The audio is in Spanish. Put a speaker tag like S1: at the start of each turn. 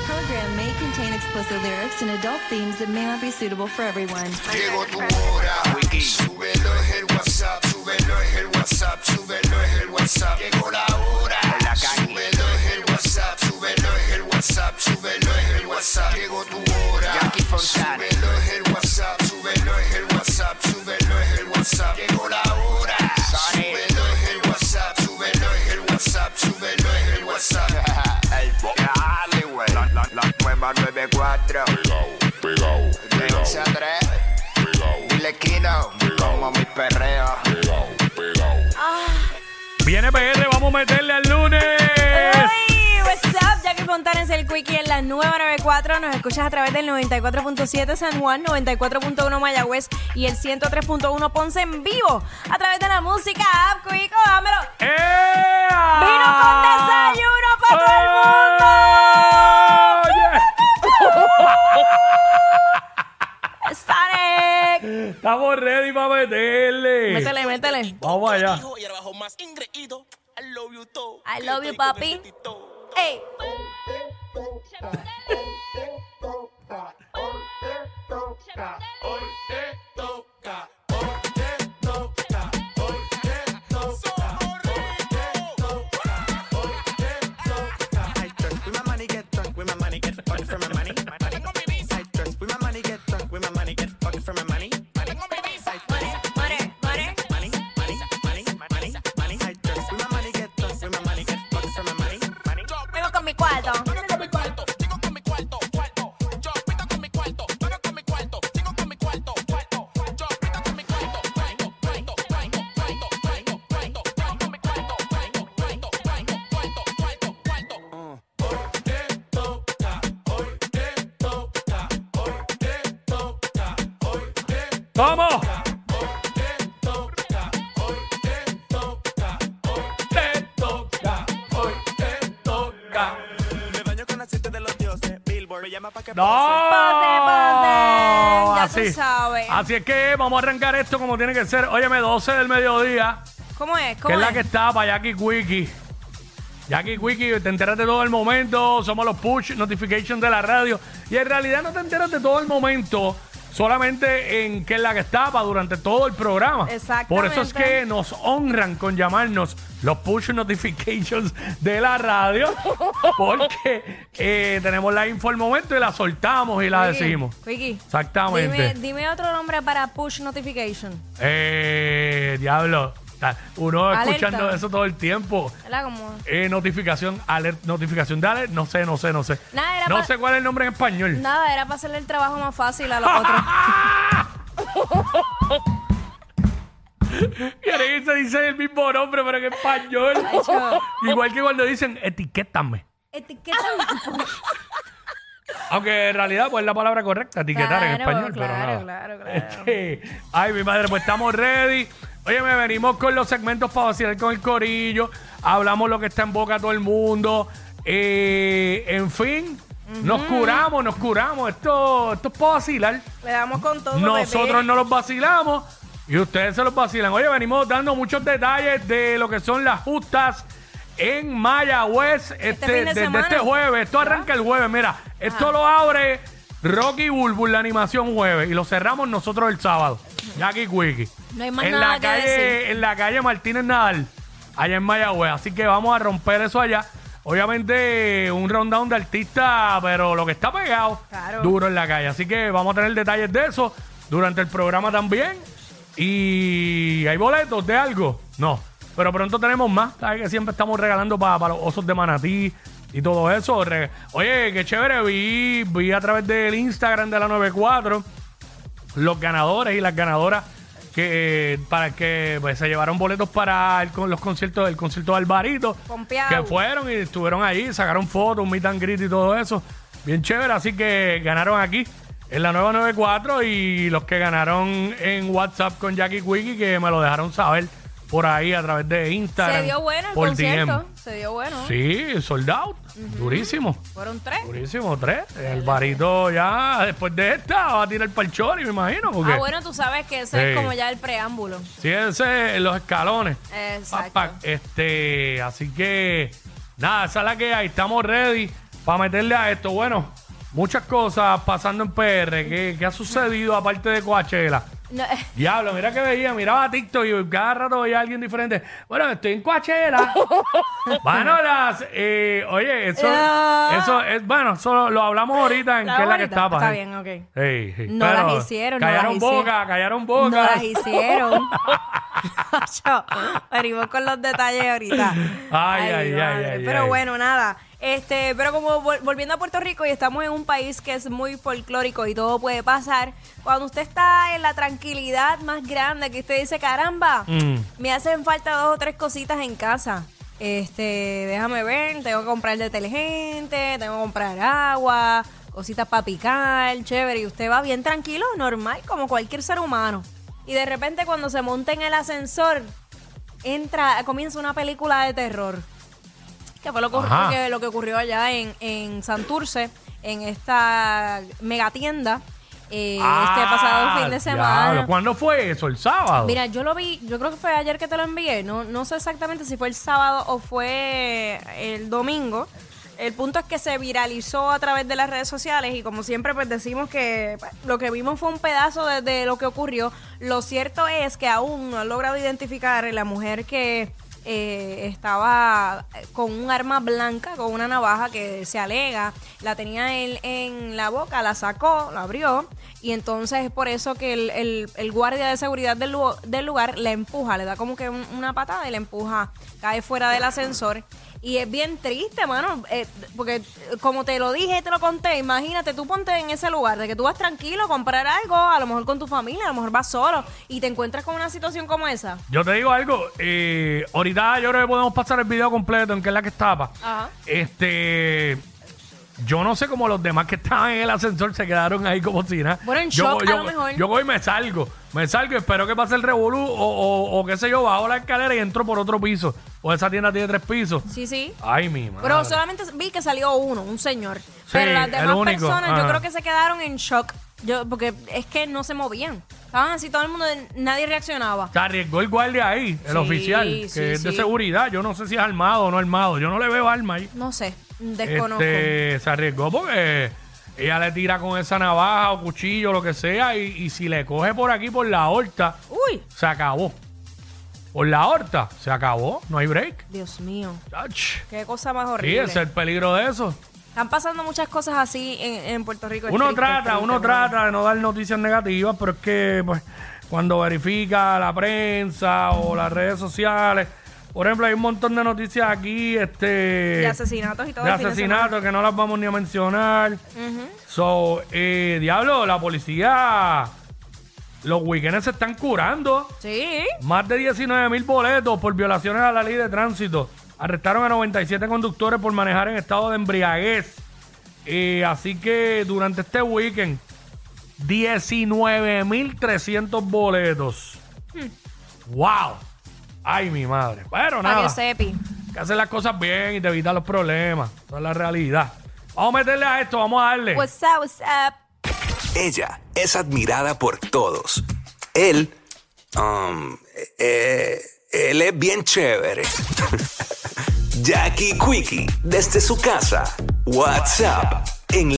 S1: program may contain explicit lyrics and adult themes that may not be suitable for everyone.
S2: Llegó tu hora, súbelo es el WhatsApp, súbelo es el WhatsApp, súbelo es el WhatsApp. Llegó la hora, súbelo es el WhatsApp, súbelo es el WhatsApp, súbelo es el WhatsApp. Llegó tu hora, súbelo es el WhatsApp, súbelo es el WhatsApp, súbelo es el WhatsApp. Llegó la hora, súbelo es el WhatsApp, súbelo es el WhatsApp, súbelo es el WhatsApp.
S3: El Dale, güey. La, la, la nueva 94.
S4: pegao,
S3: De 11 a 3. Dile Kino. Como mi perreo.
S4: pegao, pegao.
S5: Viene PR, vamos a meterle al lunes.
S6: Eh. Hey, what's up? Jackie Fontanes, el Quickie en la nueva 94. Nos escuchas a través del 94.7 San Juan, 94.1 Mayagüez y el 103.1 Ponce en vivo. A través de la música app, Quico, dámelo.
S5: ¡Ea!
S6: Vino con
S5: Ah.
S6: desayuno para todo el mundo.
S5: ¡Oh,
S6: Starek.
S5: Ah. Oye, Estamos ready para meterle.
S6: Métele, métele.
S5: Vamos allá.
S7: hijo y abajo más ingreído. I love you todo.
S6: I love you, papi. Ey. Money, money. Vengo con mi cuarto.
S5: ¿Cómo? Te toca, hoy te toca.
S8: Me baño con aceite de los dioses. Billboard me llama pa' que
S5: No,
S6: Pase, pase, ya
S5: así,
S6: tú sabes.
S5: así es que vamos a arrancar esto como tiene que ser. Óyeme, 12 del mediodía,
S6: ¿Cómo es?
S5: que
S6: ¿Cómo
S5: es
S6: es?
S5: la que está para Jackie Wiki. Jackie Wiki, te enteras de todo el momento. Somos los push notifications de la radio. Y en realidad no te enteras de todo el momento, solamente en que es la que está para durante todo el programa. Por eso es
S6: Exactamente.
S5: que nos honran con llamarnos los push notifications de la radio, porque eh, tenemos la info al momento y la soltamos y la
S6: Quickie,
S5: decimos.
S6: Quickie,
S5: Exactamente.
S6: Dime, dime otro nombre para push notification.
S5: Eh, diablo. Ta- Uno
S6: Alerta.
S5: escuchando eso todo el tiempo.
S6: ¿Verdad? Como.
S5: Eh, notificación, alert, notificación de alert, no sé, no sé, no sé.
S6: Nada, era
S5: no
S6: pa-
S5: sé cuál es el nombre en español.
S6: Nada, era para hacerle el trabajo más fácil a los otros.
S5: Y ahora que se dice el mismo nombre, pero en español.
S6: chico.
S5: Igual que cuando dicen etiquétame.
S6: Etiqueta.
S5: Aunque en realidad pues es la palabra correcta, etiquetar en
S6: Claro,
S5: español, pero
S6: claro,
S5: nada.
S6: claro, claro.
S5: Este, ay, mi madre, pues estamos ready. Oye, me venimos con los segmentos para vacilar con el corillo. Hablamos lo que está en boca a todo el mundo. Eh, en fin, nos curamos, nos curamos. Esto, esto es para vacilar.
S6: Le damos con todo.
S5: Nosotros
S6: bebé.
S5: no los vacilamos y ustedes se los vacilan. Oye, venimos dando muchos detalles de lo que son las justas en Mayagüez este,
S6: fin de
S5: desde
S6: semana. Ah.
S5: este jueves. Esto arranca el jueves, mira. Esto lo abre Rocky Bulbul, la animación jueves, y lo cerramos nosotros el sábado. Jackie Quickie.
S6: No hay más
S5: en
S6: nada
S5: la
S6: que
S5: calle,
S6: decir.
S5: En la calle Martínez Nadal, allá en Mayagüez. Así que vamos a romper eso allá. Obviamente un rundown de artistas, pero lo que está pegado
S6: Claro.
S5: duro en la calle. Así que vamos a tener detalles de eso durante el programa también. Y hay boletos de algo. No, pero pronto tenemos más. Sabes que siempre estamos regalando para los osos de manatí y todo eso. Re- Oye, qué chévere. Vi, vi a través del Instagram de la 94 los ganadores y las ganadoras que eh, para que pues, se llevaron boletos para el con- los conciertos del concierto de Alvarito
S6: Pompeado.
S5: que fueron y estuvieron ahí sacaron fotos un meet and greet y todo eso bien chévere así que ganaron aquí en la nueva 94 y los que ganaron en WhatsApp con Jackie Quickie que me lo dejaron saber por ahí a través de Instagram
S6: Se dio bueno el
S5: por
S6: concierto.
S5: DM.
S6: Se dio bueno.
S5: sí sold out durísimo
S6: Fueron tres.
S5: durísimo tres el barito ya después de esta va a tirar para el chori me imagino porque
S6: Ah, bueno, tú sabes que ese es
S5: Sí.
S6: como ya el preámbulo.
S5: Sí, ese, los escalones.
S6: Exacto.
S5: Pac, pac. Este, así que nada, esa es la que hay. Estamos ready. para meterle a esto. Bueno, muchas cosas pasando en PR. ¿Qué, qué ha sucedido aparte de Coachella?
S6: No, eh,
S5: Diablo, mira que veía, miraba TikTok y cada rato veía a alguien diferente. Bueno, estoy en Coachella. bueno, las, eh, oye, eso,
S6: Ah.
S5: eso es, bueno, eso lo, lo hablamos ahorita en
S6: ¿Lo
S5: qué es la que
S6: hablamos
S5: está
S6: ahorita? Está bien, ok. No las hicieron, no las
S5: Callaron
S6: hicieron.
S5: boca, callaron
S6: no
S5: boca.
S6: las hicieron. Yo, venimos con los detalles ahorita.
S5: Ay, ay, ay,
S6: madre.
S5: ay,
S6: Pero
S5: ay.
S6: bueno, nada. Este, pero como vol- volviendo a Puerto Rico y estamos en un país que es muy folclórico y todo puede pasar, cuando usted está en la tranquilidad más grande que usted dice, caramba,
S5: Mm.
S6: me hacen falta dos o tres cositas en casa. Este, déjame ver, tengo que comprar detergente, tengo que comprar agua, cositas para picar, chévere. Y usted va bien tranquilo, normal, como cualquier ser humano. Y de repente cuando se monta en el ascensor, entra, comienza una película de terror. Que fue lo que,
S5: Ajá.
S6: que- lo que ocurrió allá en, en Santurce, en esta megatienda, eh, este pasado fin de semana.
S5: Ah, diablo, ¿Cuándo fue eso? ¿El sábado?
S6: Mira, yo lo vi, yo creo que fue ayer que te lo envié, no, no sé exactamente si fue el sábado o fue el domingo. El punto es que se viralizó a través de las redes sociales y como siempre pues decimos que pues, lo que vimos fue un pedazo de, de lo que ocurrió. Lo cierto es que aún no han logrado identificar la mujer que eh, estaba eh, con un arma blanca, con una navaja que se alega, la tenía él en la boca, la sacó, la abrió y entonces es por eso que el, el- el guardia de seguridad del, lu- del lugar le empuja, le da como que un- una patada y le empuja, cae fuera del ascensor. Y es bien triste, mano, eh, porque eh, como te lo dije, te lo conté, imagínate, tú ponte en ese lugar, de que tú vas tranquilo a comprar algo, a lo mejor con tu familia, a lo mejor vas solo y te encuentras con una situación como esa.
S5: Yo te digo algo, eh, ahorita yo creo que podemos pasar el video completo en que es la que estaba.
S6: Ajá.
S5: Este, yo no sé cómo los demás que estaban en el ascensor se quedaron ahí como si nada.
S6: Bueno, en
S5: yo,
S6: shock, a
S5: yo-
S6: lo mejor.
S5: Yo voy y me salgo, me salgo, espero que pase el revolú o, o- o qué sé yo, bajo la escalera y entro por otro piso. O esa tienda tiene tres pisos.
S6: Sí, sí.
S5: Ay, mi madre.
S6: Pero solamente vi que salió uno, un señor. pero las
S5: el
S6: demás
S5: único,
S6: personas
S5: ajá.
S6: yo creo que se quedaron en shock. Yo, porque es que no se movían. Estaban así todo el mundo, nadie reaccionaba.
S5: Se arriesgó el guardia ahí, el
S6: Sí,
S5: oficial, que
S6: sí,
S5: es de
S6: sí.
S5: seguridad. Yo no sé si es armado o no armado. Yo no le veo arma ahí.
S6: No sé, desconozco.
S5: Este, se arriesgó porque ella le tira con esa navaja o cuchillo, lo que sea, y, y si le coge por aquí, por la horta,
S6: Uy,
S5: se acabó. Por la horta, se acabó, no hay break.
S6: Dios mío,
S5: Ach,
S6: qué cosa más
S5: Sí,
S6: horrible.
S5: ese es el peligro de eso.
S6: Están pasando muchas cosas así en, en Puerto Rico. Es
S5: Uno
S6: triste,
S5: trata,
S6: triste,
S5: uno
S6: ¿verdad?
S5: trata de no dar noticias negativas, pero es que pues, cuando verifica la prensa o las redes sociales, por ejemplo, hay un montón de noticias aquí, este,
S6: De asesinatos y todo.
S5: de
S6: el fin de semana.
S5: asesinatos que no las vamos ni a mencionar. So, eh, diablo, la policía, los weekends se están curando.
S6: Sí.
S5: Más de 19 mil boletos por violaciones a la ley de tránsito. Arrestaron a 97 conductores por manejar en estado de embriaguez. Eh, así que durante este weekend, 19.300 boletos. ¡Wow! ¡Ay, mi madre! Pero
S6: Hmm. Para
S5: nada
S6: que sepi.
S5: que hacer las cosas bien y te evitar los problemas. Esa es la realidad. Vamos a meterle a esto, vamos a darle.
S6: What's up, what's up?
S9: Ella es admirada por todos. Él, um, eh, él es bien chévere. Jackie Quickie, desde su casa. WhatsApp.